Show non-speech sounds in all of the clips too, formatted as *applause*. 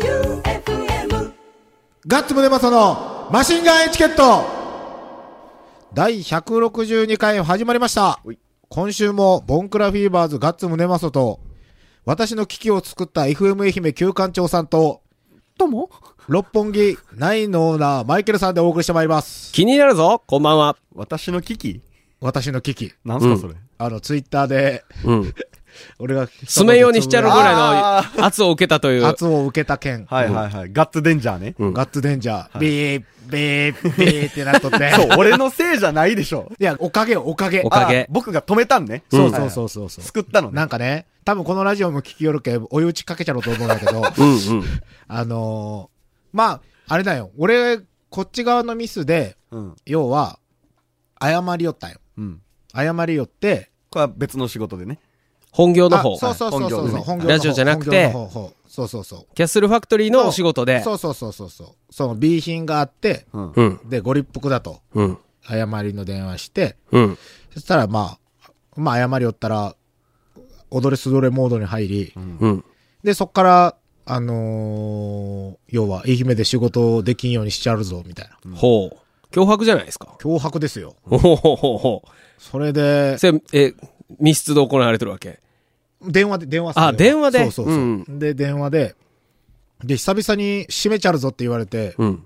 J-O-E-U-F-M ガッツムネマソのマシンガンエチケット第162回始まりましたほい。今週もボンクラフィーバーズガッツムネマソと、私の危機を作った FM 愛媛旧館長さんと、とも六本木ナインのオーナーマイケルさんでお送りしてまいります。気になるぞこんばんは。私の危機私の危機。なんすかそれ、あの、ツイッターで、うん。 *laughs* 俺が、爪用にしちゃるぐい。らいの圧を受けたという。圧を受けた件。はいはいはい。ガッツデンジャーね。うんガッツデンジャー。ビー、ビー、ビーってなっとって。そう、俺のせいじゃないでしょ。いや、おかげよ、おかげお。かげあ僕が止めたんね。そうそうそうそうそう。救ったのね。なんかね、多分このラジオも聞きよるけ、追い打ちかけちゃろうと思うんだけど、 *laughs* うんうん。 *laughs* あのーまあ、あれだよ。俺、こっち側のミスで、うん。要は、謝りよったんよ。うん。謝りよって、これは別の仕事でね。本業のあ方。そうそうそうそうそう、はい本業の方ラジオじゃなくて本業の方そうそうそう。キャッスルファクトリーのお仕事で。そうそうそうそうそう。その B 品があって、うん。うん。で、ご立腹だと、うん。謝りの電話して、うん。そしたらまあ、まあ謝りよったら、踊れすどれモードに入り、うん。で、そっから、あのー要は、愛媛で仕事をできんようにしちゃるぞ、みたいな。ほう。脅迫じゃないですか。脅迫ですよ。ほうほうほうほそれでう。、せ、え、密室で行われてるわけ。電話で、電話するあ電話でそうそうそう。うんで、電話で、で、久々に閉めちゃるぞって言われて、うん。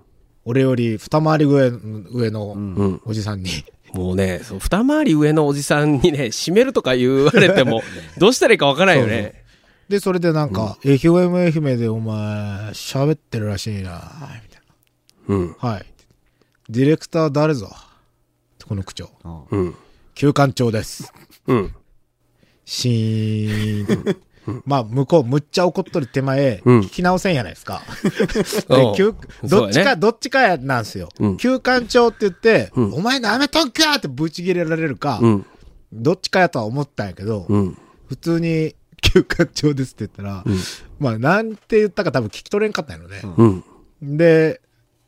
俺より二回り上上のんおじさんに、もうね、そう二回り上のおじさんにね、閉めるとか言われて *laughs* も、どうしたらいいかわからないよね。で、それでなんか、愛媛愛媛でお前、喋ってるらしいなみたいうん。な。はい。ディレクター誰ぞこの区長。うん。旧館長です。うん。シーン。まあ、向こう、むっちゃ怒っとる手前、うん聞き直せんやないですか。 *laughs* おでう休どっそちうだか、ねどっちかやなんですようん。休館長って言って、うんお前舐めとんかってぶち切れられるか、うん。どっちかやとは思ったんやけど、うん。普通に *laughs* 休館長ですって言ったら、まあ、なんて言ったか多分聞き取れんかったんやろね。うん。で、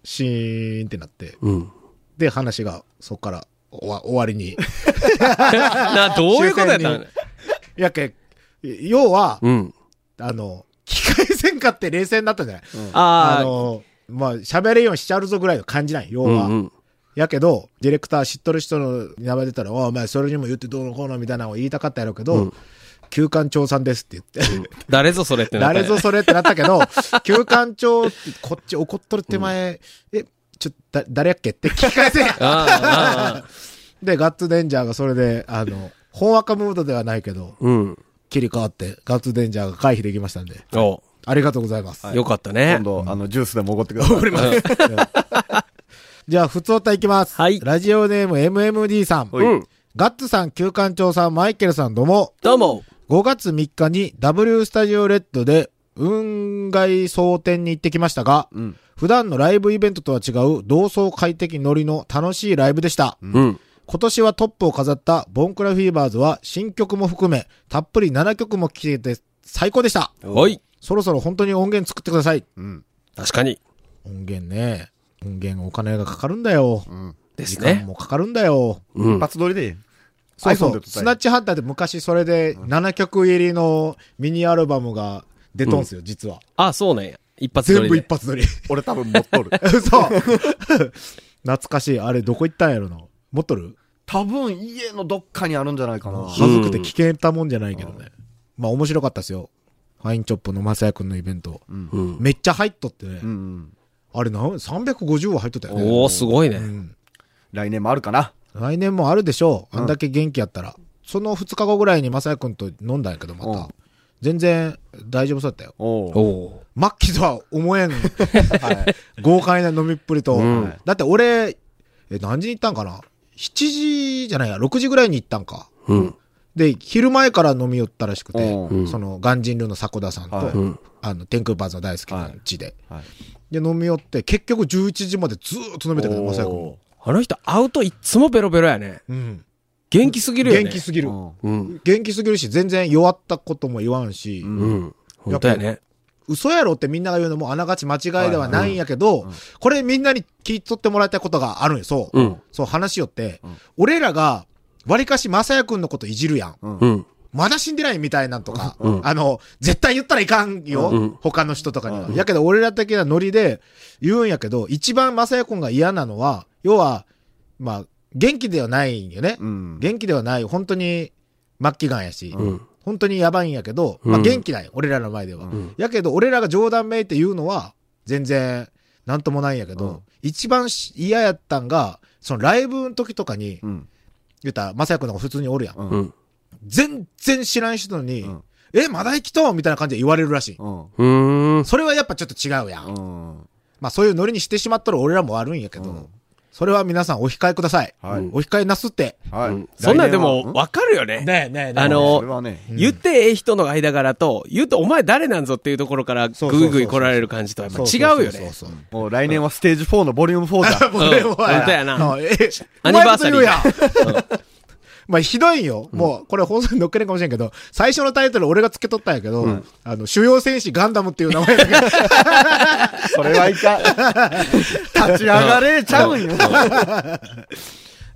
シーンってなって、 *laughs* うん。で、話がそっから終わ終わりに。 *laughs* な、どういうこと終やった戦んにやけ、要は、うん。あの、機械戦かって冷静になったんじゃない、あああ。の、まあ、喋れんようにしちゃるぞぐらいの感じなんよ、要うは。んうん。やけど、ディレクター知っとる人の名前出たら、おいお前、それにも言ってどうのこうのみたいなのを言いたかったやろうけど、旧館長さんですって言って、誰ぞそれってなった誰ぞそれってなったけど、 *laughs* 旧館長ってこっち怒っとる手前、え、ちょ、だ、誰やっけって聞き返せやああああ、で、ガッツデンジャーがそれで、あの、ほんわかムードではないけど、うん。切り替わって、ガッツデンジャーが回避できましたんで、おありがとうございます。よかったね今。度、あの、ジュースでもおごってください。じゃあ、普通歌いきます。はいラジオネーム MMD さん。ほいうんガッツさん、旧館長さん、マイケルさん、どうも。どうも。 5月3日に W スタジオレッドで、雲外蒼天に行ってきましたが、うん。普段のライブイベントとは違う同窓会的ノリの楽しいライブでした。うん。今年はトップを飾ったボンクラフィーバーズは新曲も含め、たっぷり7曲も聴けて最高でした。おい。そろそろ本当に音源作ってください。うん。確かに。音源ね。音源お金がかかるんだよ。うん。です時間ね。もかかるんだよ。うん一。発撮りで。そうそ iPhone でう。撮ったスらナッチハンターって昔それで7曲入りのミニアルバムが出とんすよ、実は。あ、そうなんや。一発撮全り部で。一発撮り。俺多分持っとる。 *laughs* 嘘懐かしい。あれどこ行ったんやろな。持っとる *laughs* 多分家のどっかにあるんじゃないかな。恥ずくて聞けたもんじゃないけどね。まあ面白かったですよ。ファインチョップのまさやくんのイベント。うん。めっちゃ入っとってね。うん。あれなん、350は入っとったよね。おおすごいうね。ん。来年もあるかな。来年もあるでしょう。うんあんだけ元気やったら。その2日後ぐらいにまさやくんと飲んだんやけど、まうたん。全然大丈夫そうだったよ。おうおお末期とは思えん、豪快な飲みっぷりと、んだって俺、え、何時に行ったんかな ?7 時じゃないや、6時ぐらいに行ったんか。うん。で、昼前から飲み寄ったらしくて、うんその、鑑真流の迫田さんと、はいうん。あの、天空バーズの大好きな地で。はい。で、飲み寄って、結局11時までずーっと飲めたけど、まさやくんおもうあの人、会うといっつもベロベロやね。うん。元気すぎるよね。元気すぎる。うん。元気すぎるし、全然弱ったことも言わんし、うんうん。本当やね。嘘やろってみんなが言うのもあながち間違いではないんやけど、これみんなに聞い取ってもらいたいことがあるんよ、そう。うん。そう話しよって、俺らが、わりかしまさやくんのこといじるやん。うん。まだ死んでないみたいなんとか、あの、絶対言ったらいかんよ、他の人とかには。やけど、俺ら的なノリで言うんやけど、一番雅也君が嫌なのは、要は、まあ、元気ではないんよね。うん元気ではない、本当に末期がんやし、うん本当にやばいんやけど、まあ、うん元気ない、俺らの前では。うんやけど、俺らが冗談めいて言うのは、全然、なんともないんやけど、うん一番し嫌やったんが、そのライブの時とかに、うん言ったら、まさやくんの方が普通におるやん。うんうん。全然知らん人に、うんえ、まだ生きとんみたいな感じで言われるらしい。うんうーん。それはやっぱちょっと違うやん。うんまあそういうノリにしてしまったら俺らも悪いんやけど、うんそれは皆さんお控えください。はいお控えなすって。はいうんそんなんでも、来わかるよね。ねえねえねえあ年はうんそれの、はね言ってええ人の間柄と、言うとお前誰なんぞっていうところから、ぐそうそうそういぐい来られる感じとはやっぱ違うよね。そうそうそうそうもう来年はステージ4のボリューム4だもうねうんもうや本当やなうんえアニバーサリーうまいこと言うやんまあ、ひどいんよ。もう、これ放送に乗っけるかもしれんけど、最初のタイトル俺が付け取ったんやけど、あの、主要戦士ガンダムっていう名前 *laughs* だけど、それはいかん立ち上がれちゃうんよ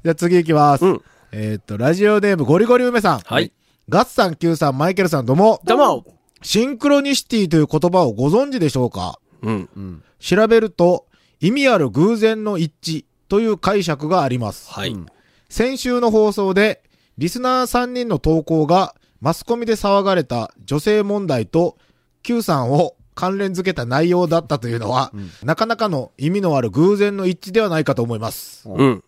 じゃあ次行きます。うんえーっと、ラジオネームゴリゴリ梅さん。はい。ガッツさん、キューさん、マイケルさん、どうも。どうもシンクロニシティという言葉をご存知でしょうかうん。うん調べると、意味ある偶然の一致という解釈があります。はい。先週の放送で、リスナー3人の投稿がマスコミで騒がれた女性問題と Q さんを関連付けた内容だったというのは、なかなかの意味のある偶然の一致ではないかと思います。うん。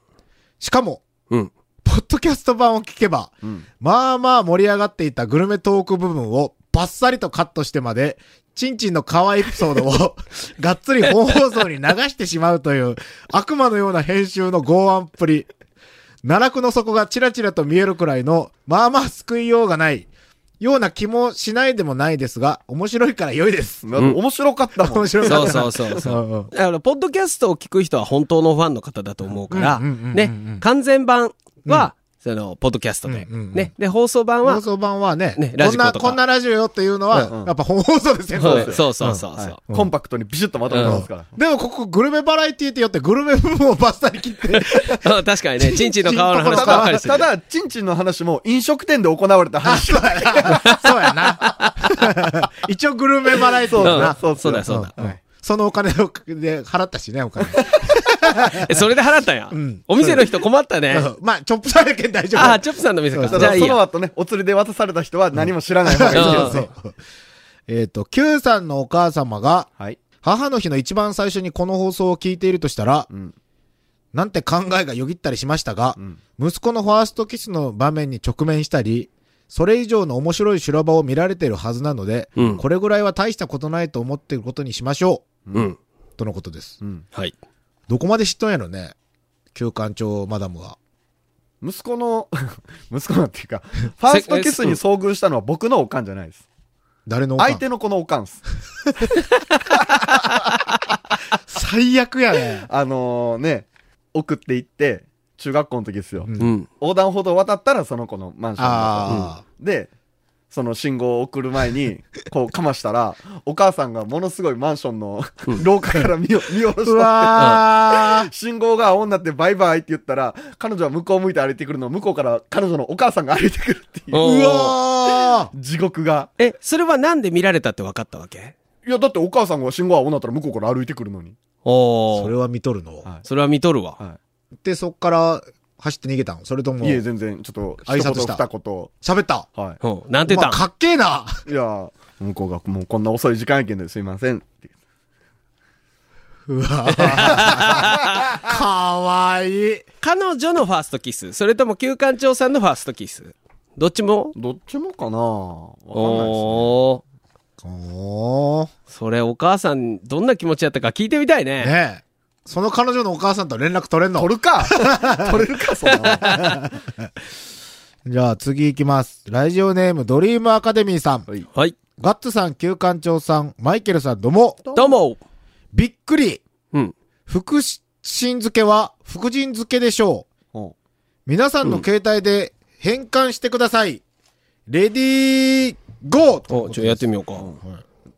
しかも、うん。ポッドキャスト版を聞けば、うんまあまあ盛り上がっていたグルメトーク部分をバッサリとカットしてまで、チンチンの可愛いエピソードを *laughs* がっつり本放送に流してしまうという悪魔のような編集の剛腕っぷり。奈落の底がチラチラと見えるくらいの、まあまあ救いようがない、ような気もしないでもないですが、面白いから良いです。うん面白かったもん面白かそっうたな。そうそうそう。うんうん *laughs* あの、ポッドキャストを聞く人は本当のファンの方だと思うから、うんうんうんうんうんね、完全版は、その、ポッドキャストで、うんうんうんね、で、放送版は、放送版はね、ねラこジんコな、とかこんなラジオよっていうのは、うんうんやっぱ本放送ですよ、そうこれそうそうそうそう。はいコンパクトにビシッとまとめてますからでもここグルメバラエティってよってグルメ部分をバッサリ切って、うん *laughs* 確かにね、チンチンの皮の話たばっかりだ、してるた。だ、ちんちんの話も飲食店で行われた *laughs* 話。そうやな。そうやな。一応グルメバラエティだな。うんそうだそうだ。うんそのお金をで払ったしね、お金。え、それで払ったんやん。お店の人困ったね。うんまあ、チョップさんやけん大丈夫。ああ、チョップさんの店か。たじゃあだ、いいそのや。後ね、お釣りで渡された人は何も知らない方がいいうんでうすんけそう。どそう。えっと、Q さんのお母様が、はい。母の日の一番最初にこの放送を聞いているとしたら、んなんて考えがよぎったりしましたが、ん息子のファーストキスの場面に直面したり、それ以上の面白い修羅場を見られているはずなので、うんこれぐらいは大したことないと思っていることにしましょうん。う、とのことです。うんはい。どこまで知っとんやろね、旧館長マダムは。息子の、 *laughs* 息子なんていうか、ファーストキスに遭遇したのは僕のおかんじゃないです。誰のおかん相手の子のおかんです。最悪やね。あのね、送って行って、中学校の時ですよ。うん。横断歩道渡ったらその子のマンションだったああ、で、その信号を送る前に、こうかましたら、お母さんがものすごいマンションの廊下から見よ見下ろうした。わー。信号が青になってバイバイって言ったら、彼女は向こう向いて歩いてくるのを向こうから彼女のお母さんが歩いてくるっていう、おうーわー地獄が。え、それはなんで見られたって分かったわけいや、だってお母さんが信号青になったら向こうから歩いてくるのに。おそれお。は見とるの。はそれは見とるわ。はで、そっから走って逃げたんそれともい。い、え、全然、ちょっと、挨拶一言した二言。喋ったはうん。なんて言まあ、ったんかっけえな。い。いや、向こうがもうこんな遅い時間やけんですいませんって。うわーかわいい。彼女のファーストキス、それとも旧館長さんのファーストキス。どっちもどっちもかなわかんないですね。おお。おー。それお母さん、どんな気持ちやったか聞いてみたいね。ねえ。その彼女のお母さんと連絡取れんの取るか取れるか、そんなの。じゃあ次行きます。ラジオネームドリームアカデミーさん。はいはい。ガッツさん、旧館長さん、マイケルさん、どうも。どうも。びっくり。うん。福神漬けは福神漬けでしょう。うん皆さんの携帯で変換してください。レディーゴーお、ちょ、やってみようか。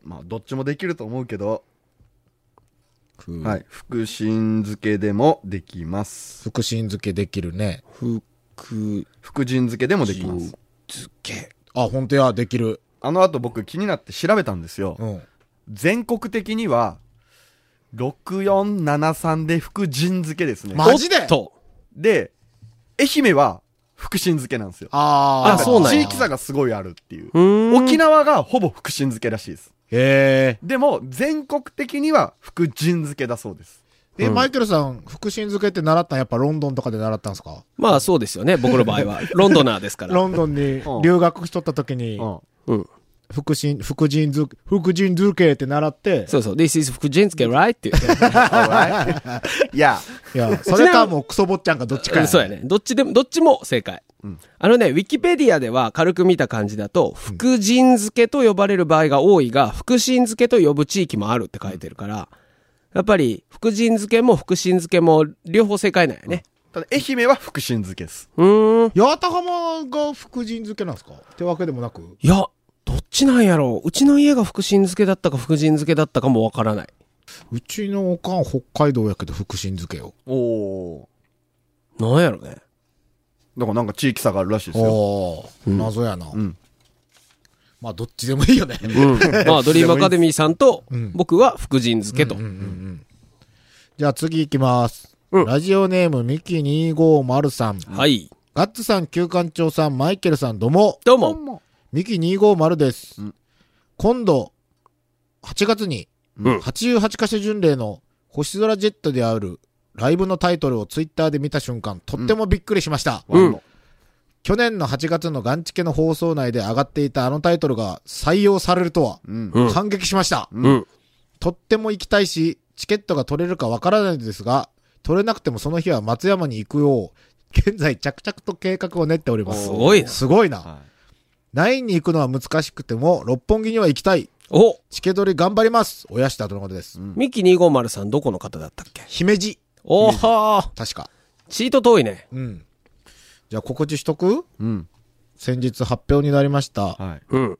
まあ、どっちもできると思うけど、ふはい。福神漬けでもできます。福神漬けできるね。福福神漬けでもで神きます。漬け。あ、本当や、できる。あの後僕気になって調べたんですよ。うん。全国的には、6473で福神漬けですね。マジでおっと。で、愛媛は福神漬けなんですよ。あーあそうなんや地域差がすごいあるっていう。うーん沖縄がほぼ福神漬けらしいです。へえ。でも、全国的には福神漬けだそうです。で、うんマイケルさん、福神漬けって習ったんやっぱロンドンとかで習ったんですかまあそうですよね、僕の場合は。ロンドナーですから。ロンドンに留学しとった時に、うん。うん。福神、福神漬け、福神漬けって習って、そうそう。This is 福神漬け right? って言って。いや、い *laughs* や、それかもうクソ坊ちゃんかどっちかうんや。そうやね。どっちでも、どっちも正解。うんあのね、ウィキペディアでは軽く見た感じだと、福神漬けと呼ばれる場合が多いが、福神漬けと呼ぶ地域もあるって書いてるから、やっぱり、福神漬けも福神漬けも両方正解なんやね。ただ愛媛は福神漬けです。うーん。八幡浜が福神漬けなんですかってわけでもなく。いや、どっちなんやろう。うちの家が福神漬けだったか福神漬けだったかもわからない。うちのおかん北海道やけど福神漬けよ。おお。なんやろね。だからなんか地域差があるらしいですよ。おー、謎やな。んまあ、どっちでもいいよね。うん。まあ、ドリームアカデミーさんとん、僕は福神漬けと。じゃあ次行きます。うんラジオネーム、ミキ250さん。はい。ガッツさん、旧館長さん、マイケルさん、どうも。どうも。ミキ250です。うん今度、8月に、うん88カ所巡礼の星空ジェットであるライブのタイトルをツイッターで見た瞬間、とってもびっくりしました。うんわ去年の8月のガンチケの放送内で上がっていたあのタイトルが採用されるとは、うん。うん感激しました。ううん。とっても行きたいし、チケットが取れるかわからないのですが、取れなくてもその日は松山に行くよう、現在着々と計画を練っております。すごいなすごいな。はナインに行くのは難しくても、六本木には行きたい。おチケ取り頑張ります。おやしたとのことです。ミキ250さんどこの方だったっけ姫路。おは確か。チート遠いね。うん。じゃあ告知しとくい。うん。先日発表になりました。はい。うん。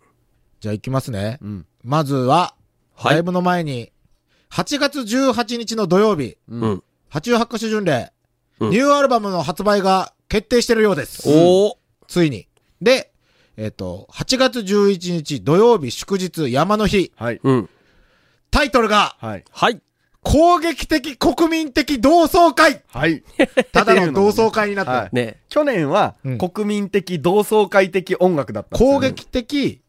じゃあ行きますね。うん。まずは、はいライブの前に、8月18日の土曜日、うん。 88カ所巡礼、うんニューアルバムの発売が決定してるようです。おーついに。で、えっ、と、8月11日土曜日祝日山の日、はい。うん。タイトルが、はい。はい。攻撃的国民的同窓会 *laughs* はい。ただの同窓会になってる。はいね。去年はうん国民的同窓会的音楽だったんですよ攻撃的、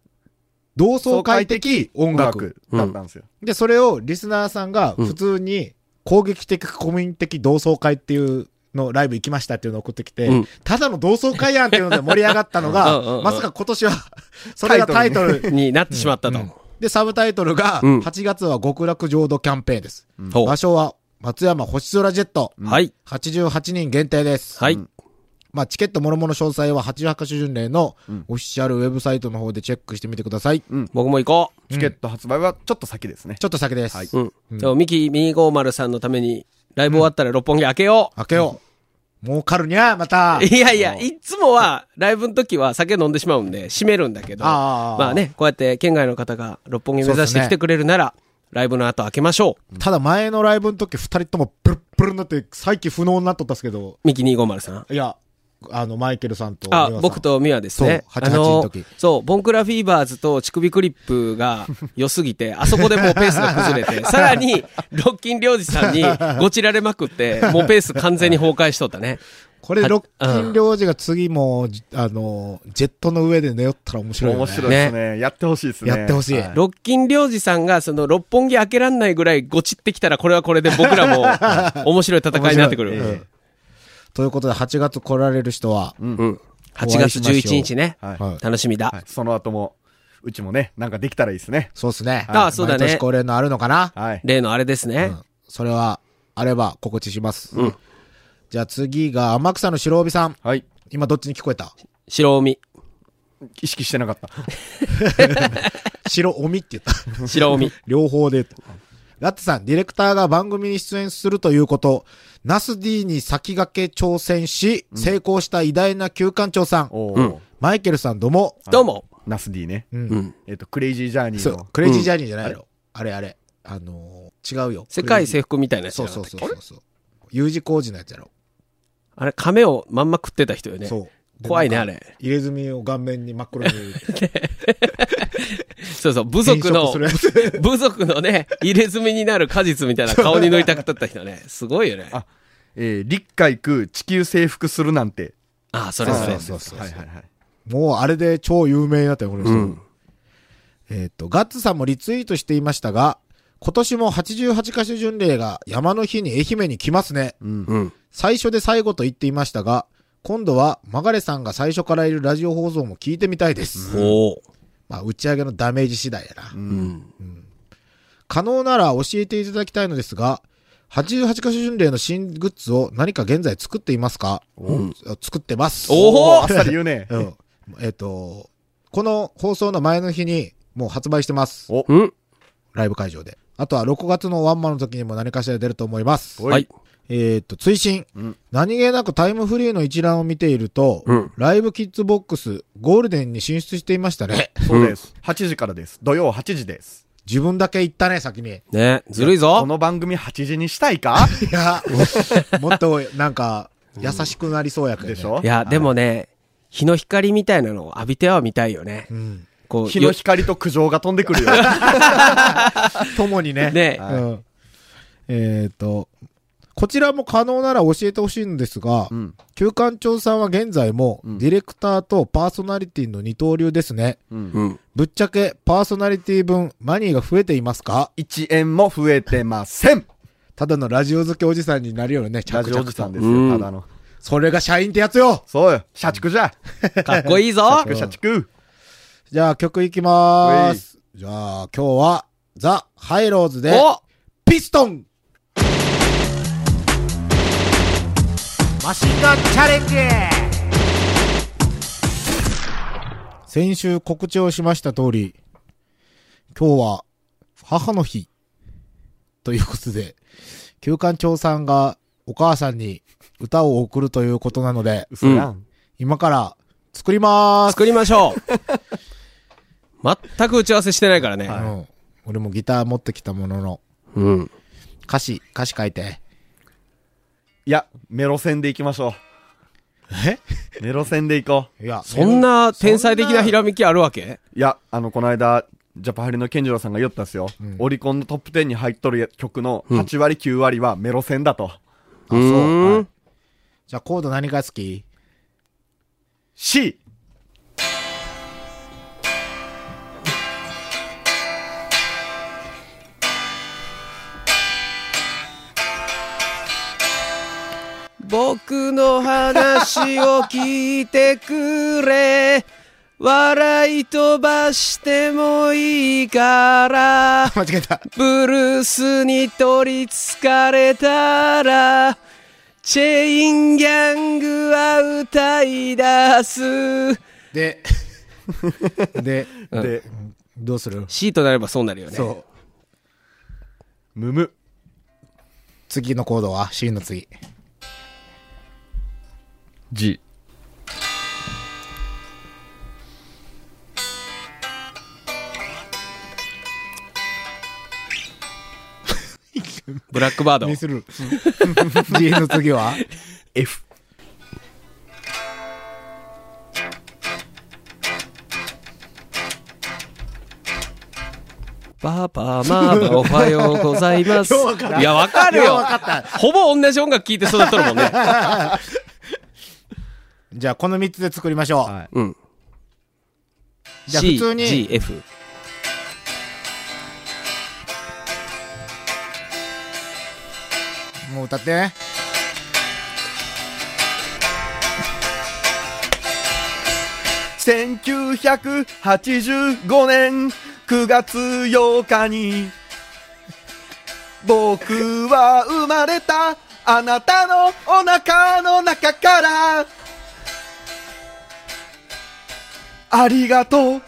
同窓会的音楽。だったんですよ。で、それをリスナーさんが普通に攻撃的国民的同窓会っていうのライブ行きましたっていうのを送ってきて、うんただの同窓会やんっていうので盛り上がったの *laughs* うんうんうんうが、んまさか今年は、 *laughs* それがタイトル。になってしまったと。 *laughs* で、サブタイトルが、うん8月は極楽浄土キャンペーンです。ほう場所は松山星空ジェット。はい。 88人限定です。はい。まあ、チケットもろもろ詳細は88カ所巡礼のうんオフィシャルウェブサイトの方でチェックしてみてください。僕も行こチケット発売はちょっと先ですね。ちょっと先です。はいうん。でもミキ250さんのために、ライブ終わったら六本木開けよ開けよう。儲かるにゃー、また。 *laughs* う。いやいや、いつもは、ライブの時は酒飲んでしまうんで、閉めるんだけど。あーまあね、こうやって県外の方が六本木目そ指しうですてね来てくれるなら、ライブの後開けましょう。ただ前のライブの時二人ともブルッブルになって再起不能になっとったっすけど、ミキ250さん。いや、あの、マイケルさんとあ美和さん僕。とミワですね。そうあ88の時そう、ボンクラフィーバーズと乳首クリップが良すぎ *laughs* て、あそこでもうペースが崩れて、さらに、ロッキン良二さん *laughs* にごちられまくって、もうペース完全に崩壊しとったね。これ、はロッキン領事が次も、じあの、ジェットの上で寝よったら面白いよね。面白いですね。やってほしいですね。やってほしいはロッキン良二さんが、その、六本木開けらんないぐらいごちってきたら、これはこれで僕らも面白い戦いになってく面白いえる。えということで、8月来られる人は、うん。8月11日ね。はいはい楽しみだは。いその後も、うちもね、なんかできたらいいですね。そうですね。あそうだね毎年恒例のあるのかな、はい。例のあれですね。うんそれは、あれば告知します。じゃあ次が、天草の白帯さん。はい。今どっちに聞こえた白帯。意識してな *laughs* かった。白帯って言った。白 *laughs* 帯。両方で。ガッツさん、ディレクターが番組に出演するということ、ナス D に先駆け挑戦し、成功した偉大な旧館長さん、おうんー。マイケルさんどうも、どうも。ナス D ね。うんうん。えっと、クレイジージャーニーそのう、。クレイジージャーニーじゃないよ。あれあれ、あのー違うよ。世界制征服みたいなやつじそゃうなかそっうたっけそうそうそう。U 字工事のやつやろ。あれ、亀をまんま食ってた人よね。そう。怖いね、あれ。入れ墨を顔面に真っ *laughs* 黒に。そうそう、部族の、変色するやつ *laughs* 部族のね、入れ墨になる果実みたいな顔に塗りたくなった人ね。すごいよね。ああえー、陸海空地球征服するなんて。あ、それそれ。そうそうそうはいはいはい。もうあれで超有名になったよ、この人。うんえっ、と、ガッツさんもリツイートしていましたが、今年も88カ所巡礼が山の日に愛媛に来ますね。うん。うん。最初で最後と言っていましたが、今度はマガレさんが最初からいるラジオ放送も聞いてみたいです。おーまあ、打ち上げのダメージ次第やな。うん。可能なら教えていただきたいのですが、88カ所巡礼の新グッズを何か現在作っていますか、作ってます。おあっさり言 *laughs* うね。うんえっ、と、この放送の前の日にもう発売してます。おうん。ライブ会場で。あとは6月のワンマンの時にも何かしら出ると思います。おいはい。えっ、と、追伸、うん何気なくタイムフリーの一覧を見ていると、うんライブキッズボックス、ゴールデンに進出していましたね。そうです。8時からです。土曜8時です。自分だけ行ったね、先に。いね、ずるいこぞ。の番組8時にしたいか *laughs* や、もっと、なんか、優しくなりそうやけど、ね。でしょいや、でもね、日の光みたいなのを浴びては見たいよねう。ん。こう、日のよ光と苦情が飛んでくるよ。共にね。ねう、ん。えっ、と、こちらも可能なら教えてほしいんですが、 *laughs* うん。旧館長さんは現在も、うんディレクターとパーソナリティの二刀流ですね。うん。うん。ぶっちゃけ、パーソナリティ分、マニーが増えていますか1円も増えてません。ただのラジオ好きおじさんになるよね、着ラ々ジとオおじさんですうよ、んただの。それが社員ってやつよそうよ。社畜じゃ。かっこいいぞ。社 *laughs* 畜、社畜。じゃあ曲いきまーす。じゃあ今日は、ザ・ハイローズで、おピストンマシンガンチャレンジ先週告知をしました通り、今日は母の日ということで、旧館長さんがお母さんに歌を送るということなので、嘘やん。今から作りまーす、作りましょう。全く打ち合わせしてないからね。うん、俺もギター持ってきたものの、うん。歌詞、歌詞書いて。いや、メロ線で行きましょえう。メロ線で行こいや、そんな天才的なひらめきあるわけう。いや、あの、この間、ジャパハリの健次郎さんが言ったんですよ。オリコンのトップ10に入っとる曲の8割、9割はメロ線だと。うーん。じゃあコード何が好き C! 僕の話を聞いてくれ。 *laughs* 笑い飛ばしてもいいから。間違えた。ブルースに取りつかれたら、チェインギャングは歌い出す。 *laughs* で、で、で、どうする C となればそうなるよね。そう。ムム。次のコードは C の次。 G。ブラックバード。る。G の *laughs* 次は F。パパ、ママ、おはようございます。ようわかったいや、わかるよ。ようわかったほぼ同じ音楽聴いて育っとるもんね。じゃあこの3つで作りましょう。はいうん。じゃあ普通に C、G、F。もう歌ってね。 1985年9月8日に僕は生まれたあなたのお腹の中からありがとう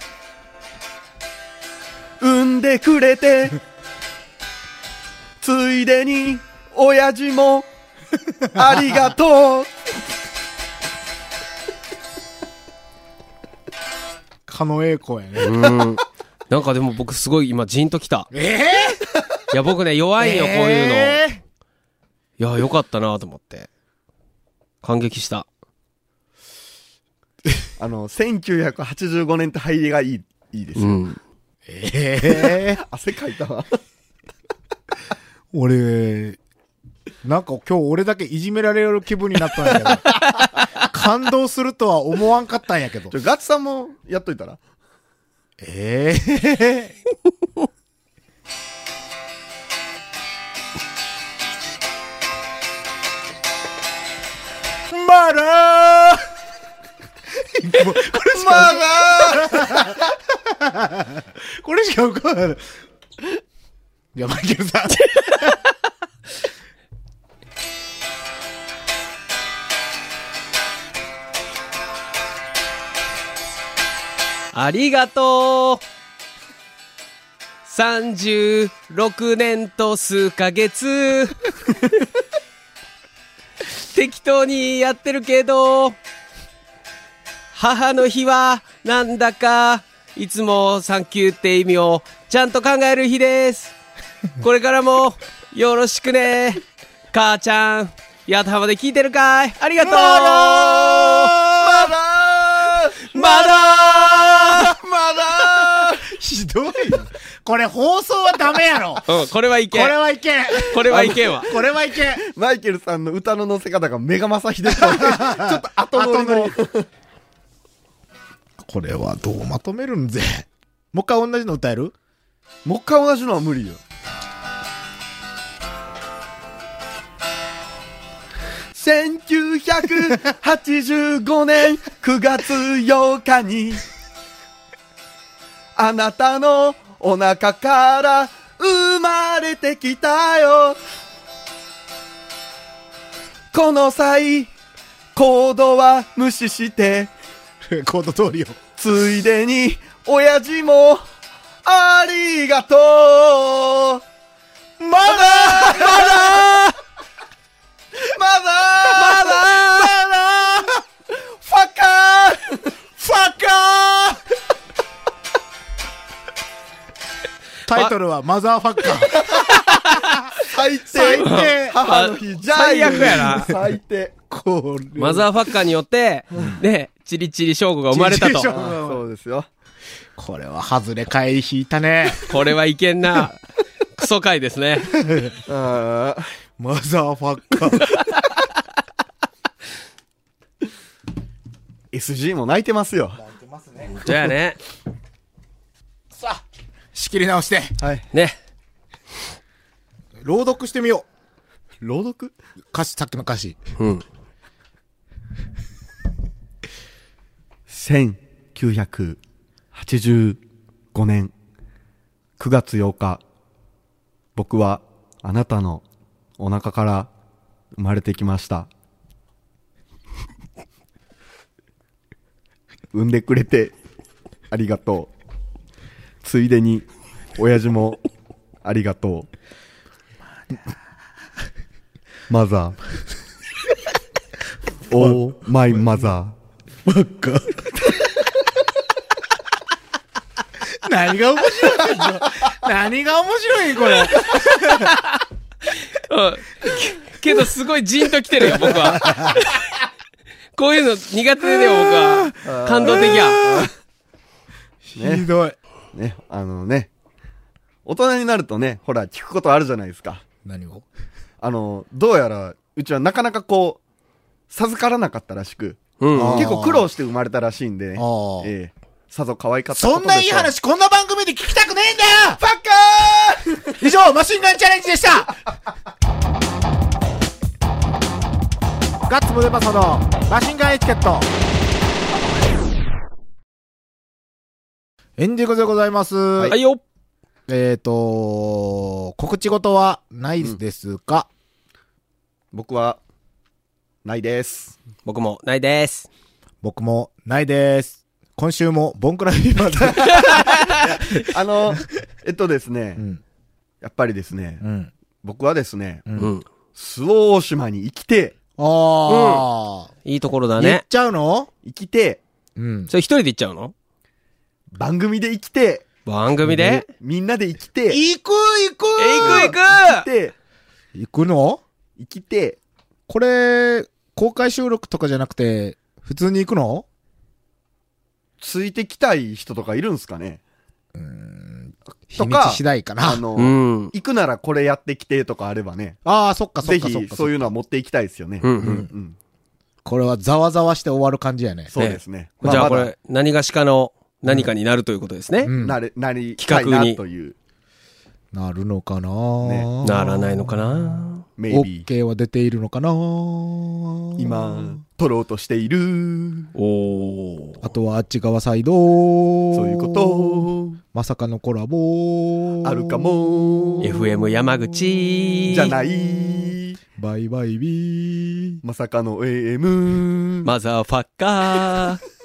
産んでくれて *laughs* ついでに親父もありがとう狩野英孝やね。うん。なんかでも僕すごい今ジーンときた。え *laughs* いや、僕ね、弱いよ、こういうの。えいや、よかったなと思って。感激した。あの、1985年って入りがいい、いいですうよ。ん。ええ汗かいたわ。俺、なんか今日俺だけいじめられる気分になったんやけ *laughs* ど。感動するとは思わんかったんやけど *laughs* ち。ょ、ガッツさんもやっといたらええまだーもうこれしか、これしか浮かばない。いや、マイケルさん。ありがとう !36 年と数ヶ月 *laughs* 適当にやってるけど母の日はなんだかいつも産休って意味をちゃんと考える日ですこれからもよろしくね母ちゃん八幡浜で聞いてるかいありがとうまだ *laughs* ひどいな。これ放送はダメやろ。こうん、これはいけん。れはいけん。これはいけんわ。これはいけん。マイケルさんの歌の乗せ方がメガマサヒデさんちょっと *laughs* 後乗りの後これはどうまとめるんぜ。もう一回同じの歌える *laughs* もう一回同じのは無理よ。1985年9月8日に、あなたのお腹から生まれてきたよ。この際、行動は無視して、コード通りよ。ついでに、親父も、ありがとうまだまだまだまだまだファッカーファッカータイトルはマザーファッカー。最低最低母の日じゃあ最悪やな最低これマザーファッカーによって、ね、チリチリショーゴが生まれたチリチリショと。ーあそうですよ。 *laughs* これは外れ回り引いたね。これはいけんな。クソ回ですね。あーマザーファッカー。 SG も泣いてますよ。じゃあね。仕切り直して。はい。ね。朗読してみよ朗読う。歌詞、さっきの歌詞。うん。 1985年9月8日、僕はあなたのお腹から生まれてきました。 *laughs* 産んでくれてありがとう。ついでに、親父もありがとう。マザー。おー、マイマザ何が面白いんだ何が面白いこれ。うんけけどすごいジーンと来てるよ、僕は。こういうの苦手でよ、僕は。感動的や。ひどい。ー。ね、あのね。大人になるとね、ほら、聞くことあるじゃないですか。何をあの、どうやら、うちはなかなかこう、授からなかったらしく、うん。あー結構苦労して生まれたらしいんでねあー。ええさぞ可愛かったこそとんでしょないうい。話こんな番組で聞きたくねえんだよバカー以上、マシンガンチャレンジでしたガッツムデパソのマシンガンエチケットエンディングでございます。は、いよ。えっ、ー、と、告知事はないですか、僕は、ないです。僕もないです。僕もないです。今週もボンクラフィーバーで。あの、えっとですね、 *laughs* うん。やっぱりですね、うん。僕はですね、ううん。周防大島に生きて、あいいところあ、だ言っね。ちゃうの生きて、うん。それ一人で行っちゃうの番組で生きて、番組でみんなで生きて、行く行くえ、行く生行きくて、行くの生きて、これ、公開収録とかじゃなくて、普通に行くのついてきたい人とかいるんすかね秘とか密次第かな。ああの、うん。行くならこれやってきてとかあればね。あー、そっかそっぜかそっひか。そういうのは持っていきたいですよね。うんうんうんこれはざわざわして終わる感じやね。そうですね。まじゃあまこだれ、何がしかの何かになるということですね。うんなれ、なりたいなという、なるのかな、ねならないのかなメイオビッー。ケーは出ているのかな今、取ろうとしている。おお。あとはあっち側サイドそそういうこまさかのコラボと、あるかも。 FM 山口。じゃな。い。バイバイビーまさかの AM。マザーファッカー。